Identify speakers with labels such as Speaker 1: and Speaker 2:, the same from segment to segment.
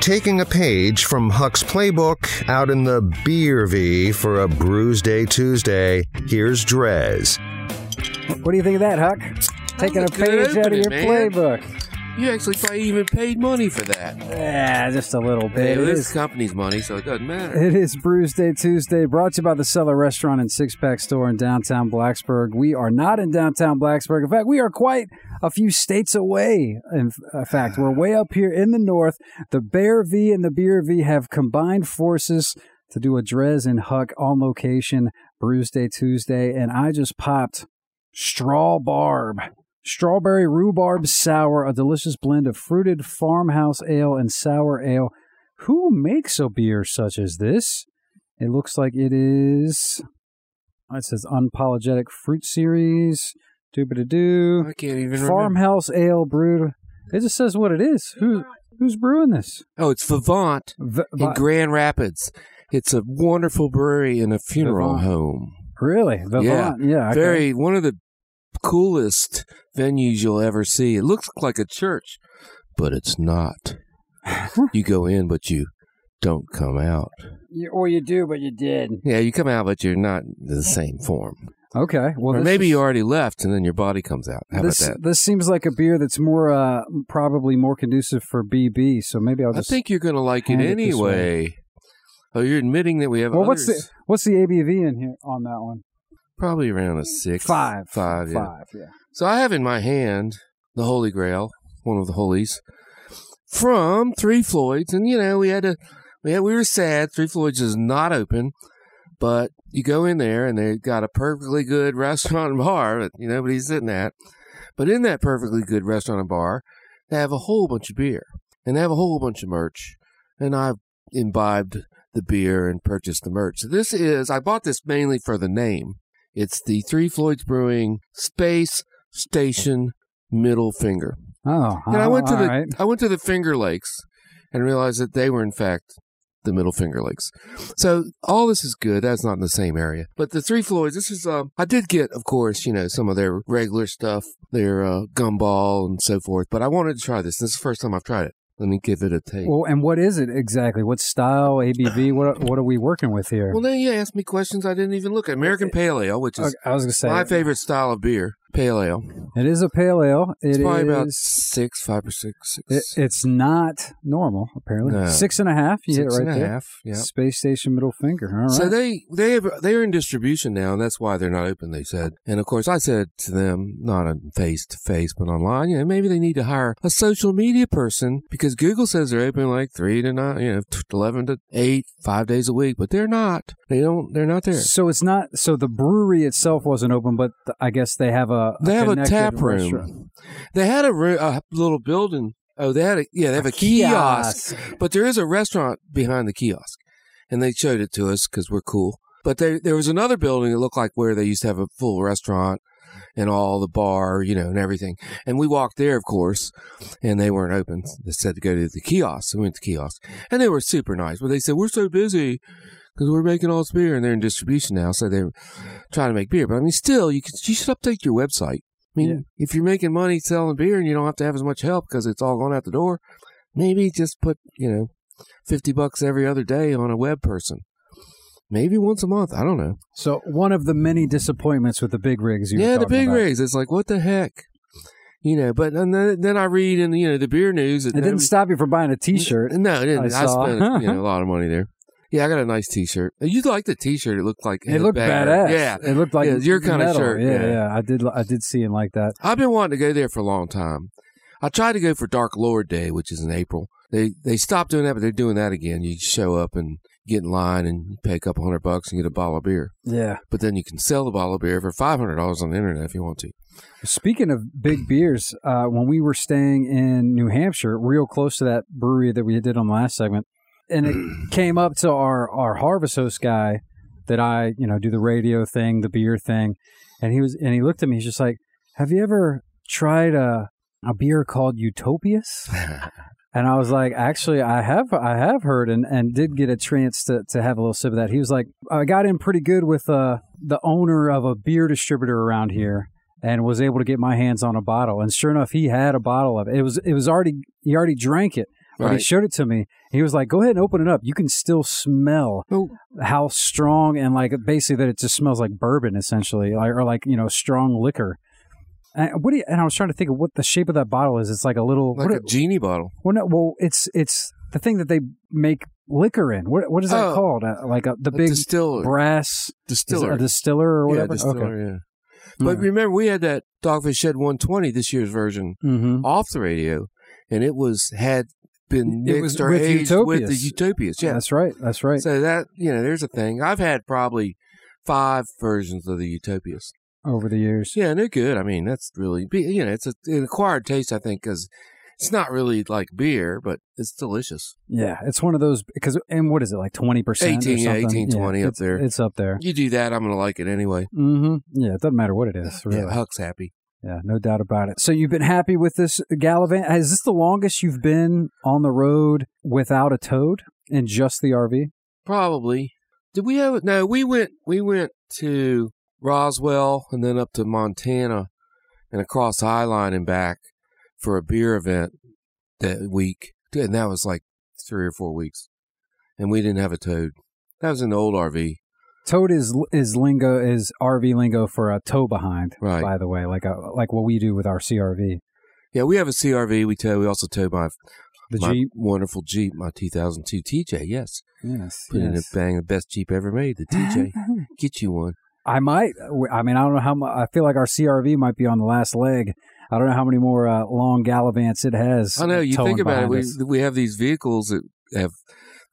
Speaker 1: Taking a page from Huck's playbook out in the beer V for a Brews Day Tuesday, here's Drez.
Speaker 2: What do you think of that, Huck? Taking a
Speaker 3: a good
Speaker 2: page out of
Speaker 3: opening,
Speaker 2: your
Speaker 3: man.
Speaker 2: playbook.
Speaker 3: You actually probably even paid money for that.
Speaker 2: Yeah, just a little bit.
Speaker 3: It
Speaker 2: It
Speaker 3: was
Speaker 2: is.
Speaker 3: company's money, so it doesn't matter.
Speaker 2: It is Brews Day Tuesday, brought to you by the Cellar Restaurant and Six Pack Store in downtown Blacksburg. We are not in downtown Blacksburg. In fact, we are quite a few states away. In f- fact, we're way up here in the north. The Bear V and the Beer V have combined forces to do a Drez and Huck on location Brews Day Tuesday, and I just popped Straw Barb. Strawberry rhubarb sour, a delicious blend of fruited farmhouse ale and sour ale. Who makes a beer such as this? It looks like it is. It says Unapologetic Fruit Series. Doobity doo.
Speaker 3: I can't even remember.
Speaker 2: Farmhouse Ale brewed. It just says what it is. Who, who's brewing this?
Speaker 3: Oh, it's Vivant
Speaker 2: V-
Speaker 3: in Grand Rapids. It's a wonderful brewery and a funeral
Speaker 2: Vivant.
Speaker 3: home.
Speaker 2: really? Vivant. Yeah. okay.
Speaker 3: Very one of the coolest venues you'll ever see. It looks like a church, but it's not. you go in, but you don't come out.
Speaker 2: You- Or you do, but you did.
Speaker 3: Yeah, you come out, but you're not in the same form.
Speaker 2: Okay. Well,
Speaker 3: or
Speaker 2: this
Speaker 3: maybe
Speaker 2: is-
Speaker 3: you already left, and then your body comes out. How
Speaker 2: this,
Speaker 3: about that?
Speaker 2: This seems like a beer that's more, uh, probably more conducive for BB. So maybe I'll
Speaker 3: I
Speaker 2: just.
Speaker 3: think you're going to like it
Speaker 2: hand it this
Speaker 3: anyway. Oh, you're admitting that we have.
Speaker 2: well, what's the
Speaker 3: others?
Speaker 2: what's the ABV in here on that one?
Speaker 3: probably around a six,
Speaker 2: Five.
Speaker 3: five, yeah.
Speaker 2: Five. Yeah.
Speaker 3: So I have in my hand the Holy Grail, one of the holies, from Three Floyds, and you know we had to, we had, we were sad. Three Floyds is not open, but you go in there and they've got a perfectly good restaurant and bar that you know, nobody's sitting at. But in that perfectly good restaurant and bar, they have a whole bunch of beer and they have a whole bunch of merch, and I've imbibed the beer and purchased the merch. So this is I bought this mainly for the name. It's the Three Floyds Brewing Space Station Middle Finger.
Speaker 2: Oh,
Speaker 3: And I went to
Speaker 2: all
Speaker 3: the
Speaker 2: right.
Speaker 3: I went to the Finger Lakes and realized that they were in fact the Middle Finger Lakes. So all this is good. That's not in the same area. But the Three Floyds, this is um I did get, of course, you know, some of their regular stuff, their uh, gumball and so forth, but I wanted to try this. This is the first time I've tried it. Let me give it a taste.
Speaker 2: Well, and what is it exactly? What style, ABV? What what are we working with here?
Speaker 3: Well, now you asked me questions I didn't even look at. American Pale Ale, which is
Speaker 2: Okay, I was gonna say
Speaker 3: my favorite style of beer, pale ale.
Speaker 2: it is a pale ale.
Speaker 3: It's
Speaker 2: It
Speaker 3: probably about
Speaker 2: is-
Speaker 3: six, five or six,
Speaker 2: it-
Speaker 3: six,
Speaker 2: it's not normal apparently.
Speaker 3: No.
Speaker 2: Six and a half. You
Speaker 3: six
Speaker 2: hit
Speaker 3: and
Speaker 2: right
Speaker 3: a
Speaker 2: there.
Speaker 3: half, Yeah.
Speaker 2: Space station middle finger. All right.
Speaker 3: So they they have, they're in distribution now, and that's why they're not open. They said, and of course I said to them, not on face to face, but online. You know, maybe they need to hire a social media person because Google says they're open like three to nine, you know, t- eleven to eight, five days a week, but they're not. They don't. They're not there.
Speaker 2: So it's not. So the brewery itself wasn't open, but th- I guess they have a.
Speaker 3: They have a
Speaker 2: connected
Speaker 3: tap room.
Speaker 2: restaurant.
Speaker 3: They had a, roo- a little building. Oh, they had a yeah. They have a, kiosk. But there is a restaurant behind the kiosk, and they showed it to us because we're cool. But there, there was another building that looked like where they used to have a full restaurant and all the bar, you know, and everything. And we walked there, of course, and they weren't open. They said to go to the kiosk. So we went to the kiosk, and they were super nice. But they said we're so busy because we're making all this beer, and they're in distribution now, so they're trying to make beer. But I mean, still, you could, you should update your website. I mean,
Speaker 2: Yeah.
Speaker 3: if you're making money selling beer and you don't have to have as much help because it's all going out the door, maybe just put you know 50 bucks every other day on a web person maybe once a month i don't know
Speaker 2: So one of the many disappointments with the big rigs. You were
Speaker 3: yeah the
Speaker 2: talking
Speaker 3: big
Speaker 2: about.
Speaker 3: rigs it's like what the heck you know but and then, then i read in you know the beer news that
Speaker 2: It didn't stop you from buying a T-shirt.
Speaker 3: no it didn't
Speaker 2: I
Speaker 3: i,
Speaker 2: saw.
Speaker 3: spent you know, a lot of money there yeah i got a nice t-shirt you liked the t-shirt it looked like
Speaker 2: It looked badass.
Speaker 3: yeah
Speaker 2: it looked like
Speaker 3: Yeah, your kinda
Speaker 2: metal.
Speaker 3: shirt,
Speaker 2: Yeah,
Speaker 3: yeah.
Speaker 2: yeah, I did. I did see him like that.
Speaker 3: I've been wanting to go there for a long time. I tried to go for Dark Lord Day, which is in April. They they stopped doing that, but they're doing that again. You show up and get in line and you pay a couple hundred bucks and get a bottle of beer.
Speaker 2: Yeah.
Speaker 3: But then you can sell the bottle of beer for five hundred dollars on the internet if you want to.
Speaker 2: Speaking of big beers, uh, when we were staying in New Hampshire, real close to that brewery that we did on the last segment, and it came up to our our harvest host guy that I you know do the radio thing, the beer thing, and he was and he looked at me. He's just like, "Have you ever tried a a beer called Utopias?" And I was like, actually, I have, I have heard, and, and did get a chance to, to have a little sip of that. He was like, I got in pretty good with uh, the owner of a beer distributor around here, and was able to get my hands on a bottle. And sure enough, he had a bottle of it. It was it was already he already drank it. But he
Speaker 3: Right.
Speaker 2: showed it to me. He was like, "Go ahead and open it up. You can still smell
Speaker 3: Oh.
Speaker 2: how strong and like basically that it just smells like bourbon, essentially, like, or like you know strong liquor." And what do you, and I was trying to think of what the shape of that bottle is. It's like a little
Speaker 3: Like
Speaker 2: what
Speaker 3: a genie bottle.
Speaker 2: well, no, well, it's it's the thing that they make liquor in. What what is that
Speaker 3: Oh.
Speaker 2: called? Uh, like a, the
Speaker 3: A
Speaker 2: big
Speaker 3: distiller.
Speaker 2: brass is it
Speaker 3: distiller.
Speaker 2: a distiller or
Speaker 3: Yeah,
Speaker 2: whatever. Hmm. Mm-hmm.
Speaker 3: distiller, yeah.
Speaker 2: All
Speaker 3: But
Speaker 2: right.
Speaker 3: remember, we had that Dogfish Head 120 this year's version
Speaker 2: hmm
Speaker 3: off the radio, and it was had been
Speaker 2: It
Speaker 3: mixed
Speaker 2: was
Speaker 3: or
Speaker 2: with
Speaker 3: aged with the
Speaker 2: Utopias.
Speaker 3: Utopias. Yeah,
Speaker 2: That's right. That's right.
Speaker 3: so that you know, there's a thing. I've had probably five versions of the Utopias.
Speaker 2: Over the years,
Speaker 3: Yeah, and they're good. I mean, that's really be- you know, it's a, an acquired taste, I think, because it's not really like beer, but it's delicious.
Speaker 2: yeah, it's one of those because and what is it like twenty percent?
Speaker 3: 18, yeah, 18, 20 up there.
Speaker 2: It's up there.
Speaker 3: You do that, I'm gonna like it anyway.
Speaker 2: hmm Yeah, it doesn't matter what it is, really.
Speaker 3: Yeah,
Speaker 2: Yeah.
Speaker 3: Huck's happy.
Speaker 2: no doubt about it. So you've been happy with this gallivant? Is this the longest you've been on the road without a toad in just the RV?
Speaker 3: Probably. Did we have no? We went. We went to Roswell and then up to Montana and across the High Line and back for a beer event that week, and that was like three or four weeks, and we didn't have a toad. That was an old RV,
Speaker 2: Toad is is lingo is RV lingo for a tow behind.
Speaker 3: right?
Speaker 2: by the way, like a, like what we do with our CRV,
Speaker 3: Yeah, we have a CRV. We tow. We also tow my
Speaker 2: the
Speaker 3: my
Speaker 2: Jeep.
Speaker 3: wonderful Jeep, my 2002 TJ. Yes,
Speaker 2: Yes,
Speaker 3: put in a bang, the best Jeep ever made, the TJ. Get you one.
Speaker 2: I might. I mean, I don't know how much. I feel like our CRV might be on the last leg. I don't know how many more uh, long gallivants it has.
Speaker 3: I know. You
Speaker 2: towing
Speaker 3: think about it.
Speaker 2: behind
Speaker 3: We,
Speaker 2: us.
Speaker 3: we have these vehicles that have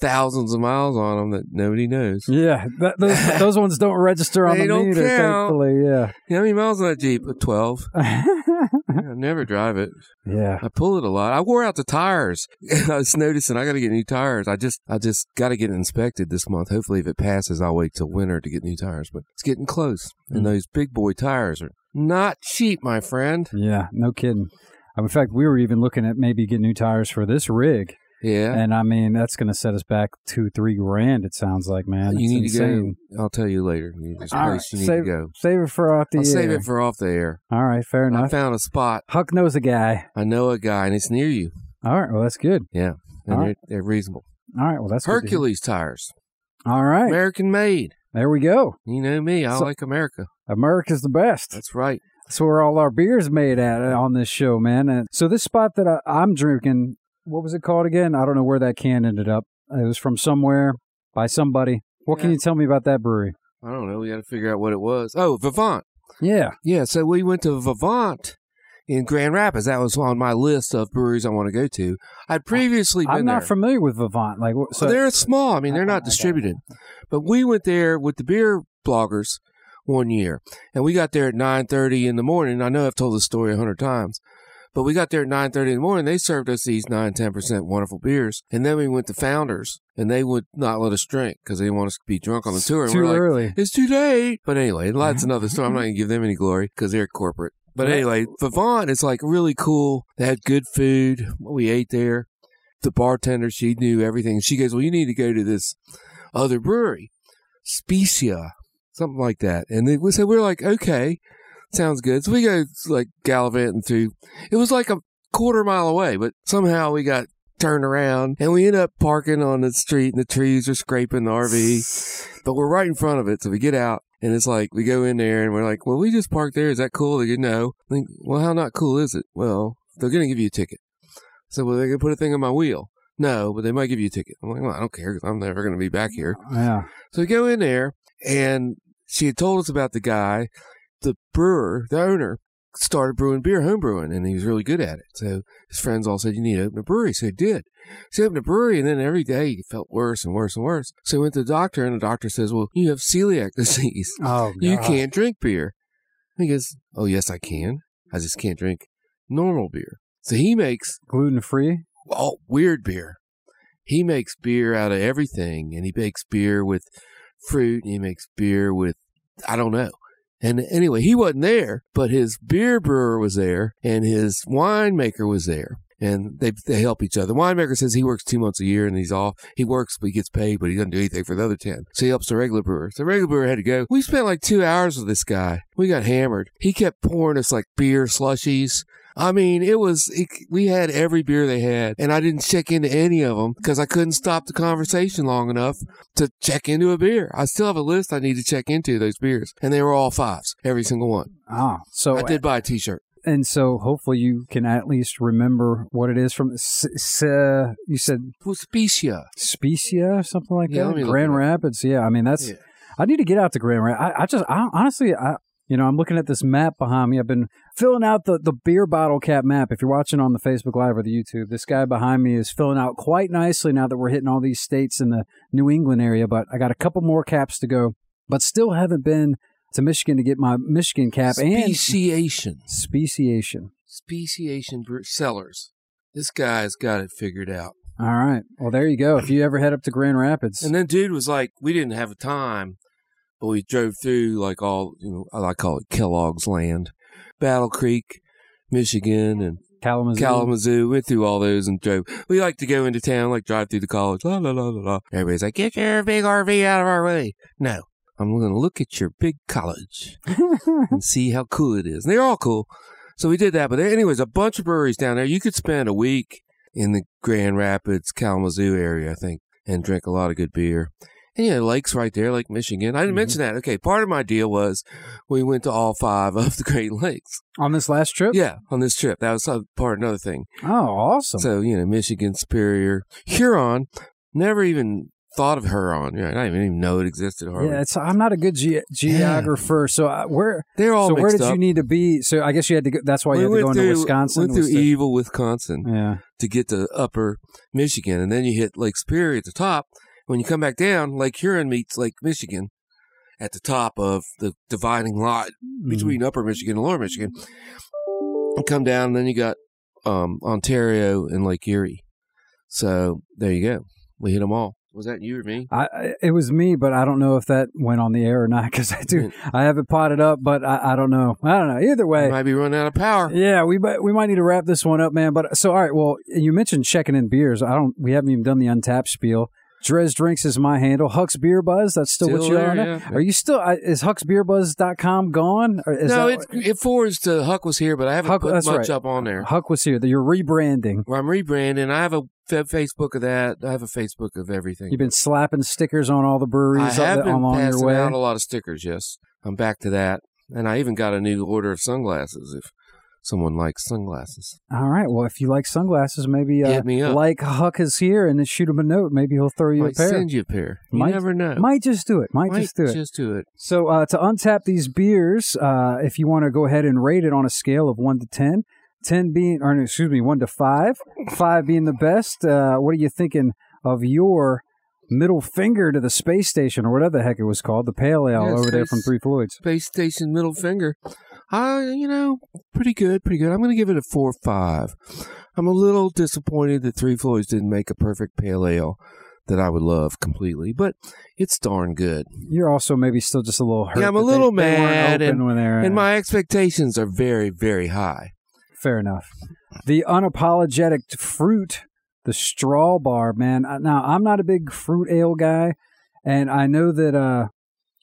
Speaker 3: thousands of miles on them that nobody knows.
Speaker 2: yeah, that, those those ones don't register on
Speaker 3: They
Speaker 2: the
Speaker 3: don't
Speaker 2: meter.
Speaker 3: count.
Speaker 2: Thankfully,
Speaker 3: You know how many miles on that Jeep? Twelve.
Speaker 2: yeah,
Speaker 3: I never drive it.
Speaker 2: yeah.
Speaker 3: I pull it a lot. I wore out the tires. I was noticing I got to get new tires. I just I just got to get it inspected this month. Hopefully, if it passes, I'll wait till winter to get new tires. But it's getting close,
Speaker 2: Mm-hmm.
Speaker 3: and those big boy tires are not cheap, my friend.
Speaker 2: Yeah, no kidding. Um, In fact, we were even looking at maybe getting new tires for this rig,
Speaker 3: Yeah.
Speaker 2: and I mean that's going to set us back two, three grand. It sounds like, man,
Speaker 3: you
Speaker 2: It's
Speaker 3: need
Speaker 2: insane.
Speaker 3: to go. I'll tell you later. You- There's a
Speaker 2: All
Speaker 3: place
Speaker 2: right,
Speaker 3: you need
Speaker 2: save-
Speaker 3: to go.
Speaker 2: Save it for off the
Speaker 3: I'll
Speaker 2: air.
Speaker 3: save it for off the air.
Speaker 2: All right, fair enough.
Speaker 3: I found a spot.
Speaker 2: Huck knows a guy.
Speaker 3: I know a guy, and it's near you,
Speaker 2: All right. Well, that's good.
Speaker 3: and
Speaker 2: All
Speaker 3: they're,
Speaker 2: right.
Speaker 3: they're reasonable.
Speaker 2: All right. Well, that's good to hear.
Speaker 3: Hercules tires,
Speaker 2: All right.
Speaker 3: American made.
Speaker 2: There we go.
Speaker 3: You know me. I
Speaker 2: So-
Speaker 3: like America.
Speaker 2: America's the best.
Speaker 3: That's right.
Speaker 2: That's where all our beer's made at uh, on this show, man. And so this spot that I, I'm drinking, what was it called again? I don't know where that can ended up. It was from somewhere by somebody. What can
Speaker 3: Yeah.
Speaker 2: you tell me about that brewery?
Speaker 3: I don't know. We got to figure out what it was. Oh, Vivant.
Speaker 2: Yeah.
Speaker 3: Yeah. So we went to Vivant in Grand Rapids. That was on my list of breweries I want to go to. I'd previously been
Speaker 2: I'm not
Speaker 3: there.
Speaker 2: familiar with Vivant. Like, wh- so
Speaker 3: so they're small. I mean,
Speaker 2: I-
Speaker 3: they're
Speaker 2: I
Speaker 3: not
Speaker 2: got it.
Speaker 3: distributed. But we went there with the beer bloggers one year, and we got there at nine thirty in the morning. I know I've told this story a hundred times, but we got there at nine thirty in the morning. They served us these nine ten percent wonderful beers, and then we went to Founders, and they would not let us drink because they didn't want us to be drunk on the tour. And
Speaker 2: too
Speaker 3: we're like,
Speaker 2: early.
Speaker 3: it's too late. But anyway, that's another story. I'm not going to give them any glory because they're corporate. But anyway, Vivant is like really cool. They had good food. What we ate there. The bartender, she knew everything. She goes, Well, you need to go to this other brewery, Specia, something like that. And they, so we're like, Okay, sounds good. So we go like gallivanting through. It was like a quarter mile away, but somehow we got turned around and we end up parking on the street and the trees are scraping the RV but we're right in front of it. So we get out and it's like, we go in there and we're like, well, we just parked there. Is that cool? They go, no. Like, well, how not cool is it? Well, they're going to give you a ticket. So, well, they're going to put a thing on my wheel. No, but they might give you a ticket. I'm like, well, I don't care because I'm never going to be back here.
Speaker 2: Yeah.
Speaker 3: So we go in there, and she had told us about the guy, the brewer, the owner, started brewing beer, home brewing, and he was really good at it. So his friends all said, You need to open a brewery. So he did. So he opened a brewery, and then every day he felt worse and worse and worse. So he went to the doctor, and the doctor says, Well, you have celiac disease.
Speaker 2: Oh,
Speaker 3: You
Speaker 2: God.
Speaker 3: can't drink beer. He goes, Oh, yes, I can. I just can't drink normal beer. So he makes
Speaker 2: Gluten free?
Speaker 3: all weird beer. He makes beer out of everything, and he makes beer with fruit, and he makes beer with I don't know. And anyway, he wasn't there, but his beer brewer was there, and his winemaker was there, and they they help each other. Winemaker says he works two months a year and he's off. He works, but he gets paid, but he doesn't do anything for the other ten. So he helps the regular brewer. So the regular brewer had to go. We spent like two hours with this guy. We got hammered. He kept pouring us like beer slushies. I mean, it was, it, we had every beer they had, and I didn't check into any of them because I couldn't stop the conversation long enough to check into a beer. I still have a list I need to check into those beers, and they were all fives, every single one.
Speaker 2: Ah, so
Speaker 3: I did buy a t shirt.
Speaker 2: and so hopefully you can at least remember what it is from. S- s- uh, you said
Speaker 3: Specia.
Speaker 2: Specia, something like
Speaker 3: Yeah, let me
Speaker 2: that.
Speaker 3: look
Speaker 2: Grand
Speaker 3: it up.
Speaker 2: Rapids. Yeah, I mean that's.
Speaker 3: Yeah.
Speaker 2: I need to get out to Grand Rapids. I, I just I, honestly, I you know I'm looking at this map behind me. I've been filling out the the beer bottle cap map. If you're watching on the Facebook Live or the YouTube, this guy behind me is filling out quite nicely now that we're hitting all these states in the New England area. But I got a couple more caps to go, but still haven't been to Michigan to get my Michigan cap and
Speaker 3: Speciation.
Speaker 2: speciation.
Speaker 3: Speciation Bre- Sellers. This guy's got it figured out.
Speaker 2: All right. Well, there you go. If you ever head up to Grand Rapids,
Speaker 3: And then dude was like, we didn't have a time, but we drove through like all, you know, I call it Kellogg's Land, Battle Creek, Michigan, and
Speaker 2: Kalamazoo.
Speaker 3: Kalamazoo. Went through all those and drove. We like to go into town, like drive through the college. La la la la la. Everybody's like, get your big RV out of our way. No, I'm going to look at your big college and see how cool it is. And they're all cool. So we did that. But there, anyways, a bunch of breweries down there. You could spend a week in the Grand Rapids, Kalamazoo area, I think, and drink a lot of good beer. And yeah, lakes right there, Lake Michigan. I didn't
Speaker 2: Mhm.
Speaker 3: mention that. Okay, part of my deal was we went to all five of the Great Lakes.
Speaker 2: on this last trip.
Speaker 3: Yeah, on this trip. That was uh, part another thing.
Speaker 2: Oh, awesome.
Speaker 3: So, you know, Michigan, Superior, Huron, never even thought of Huron. Yeah, I didn't even know it existed. Hardly.
Speaker 2: Yeah, it's, I'm not a good ge- geographer, so I, where
Speaker 3: They're all
Speaker 2: so where
Speaker 3: mixed
Speaker 2: did
Speaker 3: up.
Speaker 2: you need to be? So I guess you had to. Go, that's why you had to
Speaker 3: went
Speaker 2: go into
Speaker 3: through,
Speaker 2: Wisconsin.
Speaker 3: Went through E
Speaker 2: was to- Mm.
Speaker 3: evil Wisconsin
Speaker 2: yeah,
Speaker 3: to get to upper Michigan. And then you hit Lake Superior at the top. When you come back down, Lake Huron meets Lake Michigan at the top of the dividing lot
Speaker 2: Mm.
Speaker 3: between upper Michigan and lower Michigan. And come down, and then you got um, Ontario and Lake Erie. So there you go. We hit them all. Was that you or me?
Speaker 2: I, I- it was me, but I don't know if that went on the air or not because I
Speaker 3: Mm.
Speaker 2: do. I have it potted up, but I, I don't know. I don't know. Either
Speaker 3: We
Speaker 2: way,
Speaker 3: might be running out of power.
Speaker 2: yeah, we might we might need to wrap this one up, man. But so all right, well, you mentioned checking in beers. I don't. We haven't even done the untapped spiel. Drez drinks is my handle. Huck's Beer Buzz. That's still, what
Speaker 3: Still
Speaker 2: you
Speaker 3: there,
Speaker 2: are. now?
Speaker 3: yeah.
Speaker 2: Are you still? I- Is Huck'sBeerBuzz.com gone? Or is
Speaker 3: no,
Speaker 2: that-
Speaker 3: it, it forwards to Huck was here, but I haven't
Speaker 2: Huck-
Speaker 3: put
Speaker 2: that's
Speaker 3: much
Speaker 2: right.
Speaker 3: up on there.
Speaker 2: Huck was here. You're rebranding.
Speaker 3: Well, I'm rebranding. I have a fa- Facebook of that. I have a Facebook of everything.
Speaker 2: You've been slapping stickers on all the
Speaker 3: I
Speaker 2: breweries
Speaker 3: have
Speaker 2: up the,
Speaker 3: been
Speaker 2: along your
Speaker 3: passing
Speaker 2: way.
Speaker 3: out a lot of stickers. Yes, I'm back to that, and I even got a new order of sunglasses. If someone likes sunglasses,
Speaker 2: All right. Well, if you like sunglasses, maybe uh,
Speaker 3: hit me up.
Speaker 2: like Huck is here and then shoot him a note. Maybe he'll throw you
Speaker 3: might
Speaker 2: a pair.
Speaker 3: send you a pair. You
Speaker 2: Might-
Speaker 3: never know.
Speaker 2: Might just do it. Might,
Speaker 3: Might
Speaker 2: just do it.
Speaker 3: Just do it.
Speaker 2: So uh, to untap these beers, uh, if you want to go ahead and rate it on a scale of one to ten, ten being, or no, excuse me, one to five, five being the best. Uh, what are you thinking of your middle finger to the space station or whatever the heck it was called, the pale ale
Speaker 3: Yeah,
Speaker 2: over there from
Speaker 3: space-
Speaker 2: Three Floyds?
Speaker 3: Space Station Middle Finger. Uh, you know, pretty good, pretty good. I'm going to give it a four five. I'm a little disappointed that Three Floyds didn't make a perfect pale ale that I would love completely, but it's darn good.
Speaker 2: You're also maybe still just a little hurt.
Speaker 3: Yeah, I'm a
Speaker 2: that they-
Speaker 3: little
Speaker 2: they weren't
Speaker 3: mad
Speaker 2: open when they're,
Speaker 3: And my expectations are very, very high.
Speaker 2: fair enough. The unapologetic fruit, the straw bar, man. I- Now I'm not a big fruit ale guy, and I know that. uh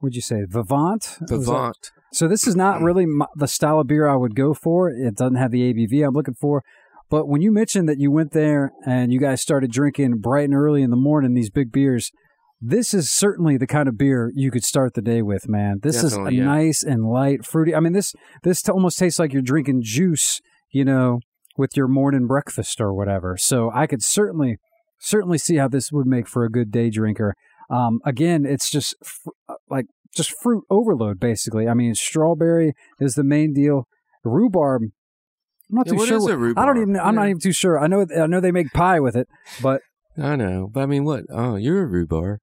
Speaker 2: Would you say Vivant? Was that-
Speaker 3: Vivant.
Speaker 2: So this is
Speaker 3: Hmm.
Speaker 2: not really my, the style of beer I would go for. It doesn't have the ABV I'm looking for. But when you mentioned that you went there and you guys started drinking bright and early in the morning these big beers, this is certainly the kind of beer you could start the day with, man. This
Speaker 3: Definitely,
Speaker 2: is a
Speaker 3: yeah.
Speaker 2: nice and light, fruity. I mean this this t- almost tastes like you're drinking juice, you know, with your morning breakfast or whatever. So I could certainly certainly see how this would make for a good day drinker. Um, again, it's just fr- uh, like just fruit overload, basically. I mean, strawberry is the main deal. Rhubarb, I'm not
Speaker 3: Yeah,
Speaker 2: too
Speaker 3: what
Speaker 2: sure.
Speaker 3: is
Speaker 2: what-
Speaker 3: a rhubarb?
Speaker 2: I don't even. I'm not
Speaker 3: Yeah.
Speaker 2: even too sure. I know. I know they make pie with it, but
Speaker 3: I know, but I mean, what? Oh, you're a rhubarb.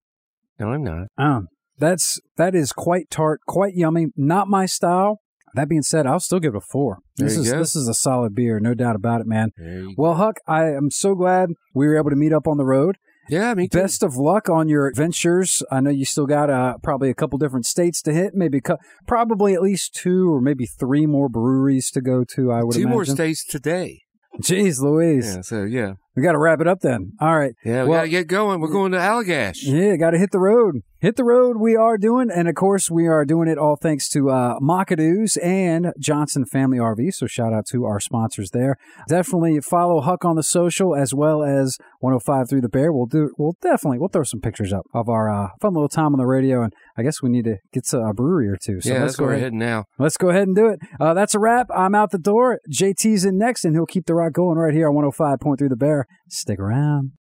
Speaker 3: No, I'm not.
Speaker 2: um, that's that is quite tart, quite yummy. Not my style. That being said, I'll still give it a four.
Speaker 3: There
Speaker 2: this
Speaker 3: you
Speaker 2: is
Speaker 3: go.
Speaker 2: this is a solid beer, no doubt about it, man.
Speaker 3: There you
Speaker 2: Well, Huck, I am so glad we were able to meet up on the road.
Speaker 3: Yeah, me too.
Speaker 2: Best of luck on your ventures. I know you still got uh, probably a couple different states to hit, maybe a cou- probably at least two or maybe three more breweries to go to. I would
Speaker 3: Two more
Speaker 2: imagine.
Speaker 3: states today.
Speaker 2: Jeez Louise.
Speaker 3: Yeah, so yeah,
Speaker 2: We got to wrap it up then. All right.
Speaker 3: yeah, we
Speaker 2: Well-
Speaker 3: gotta get going. We're going to Allagash.
Speaker 2: Yeah, got to hit the road. Hit the road we are doing. And of course, we are doing it all thanks to uh, Mockadoo's and Johnson Family RV. So shout out to our sponsors there. Definitely follow Huck on the social as well as 105 Through the Bear. We'll do, we'll definitely, we'll throw some pictures up of our uh, fun little time on the radio. And I guess we need to get to a brewery or two. So
Speaker 3: yeah,
Speaker 2: let's
Speaker 3: that's
Speaker 2: go
Speaker 3: where we're
Speaker 2: ahead.
Speaker 3: heading now.
Speaker 2: Let's go ahead and do it. Uh, that's a wrap. I'm out the oh door. JT's in next, and he'll keep the rock going right here on 105.3 The Bear. Stick around.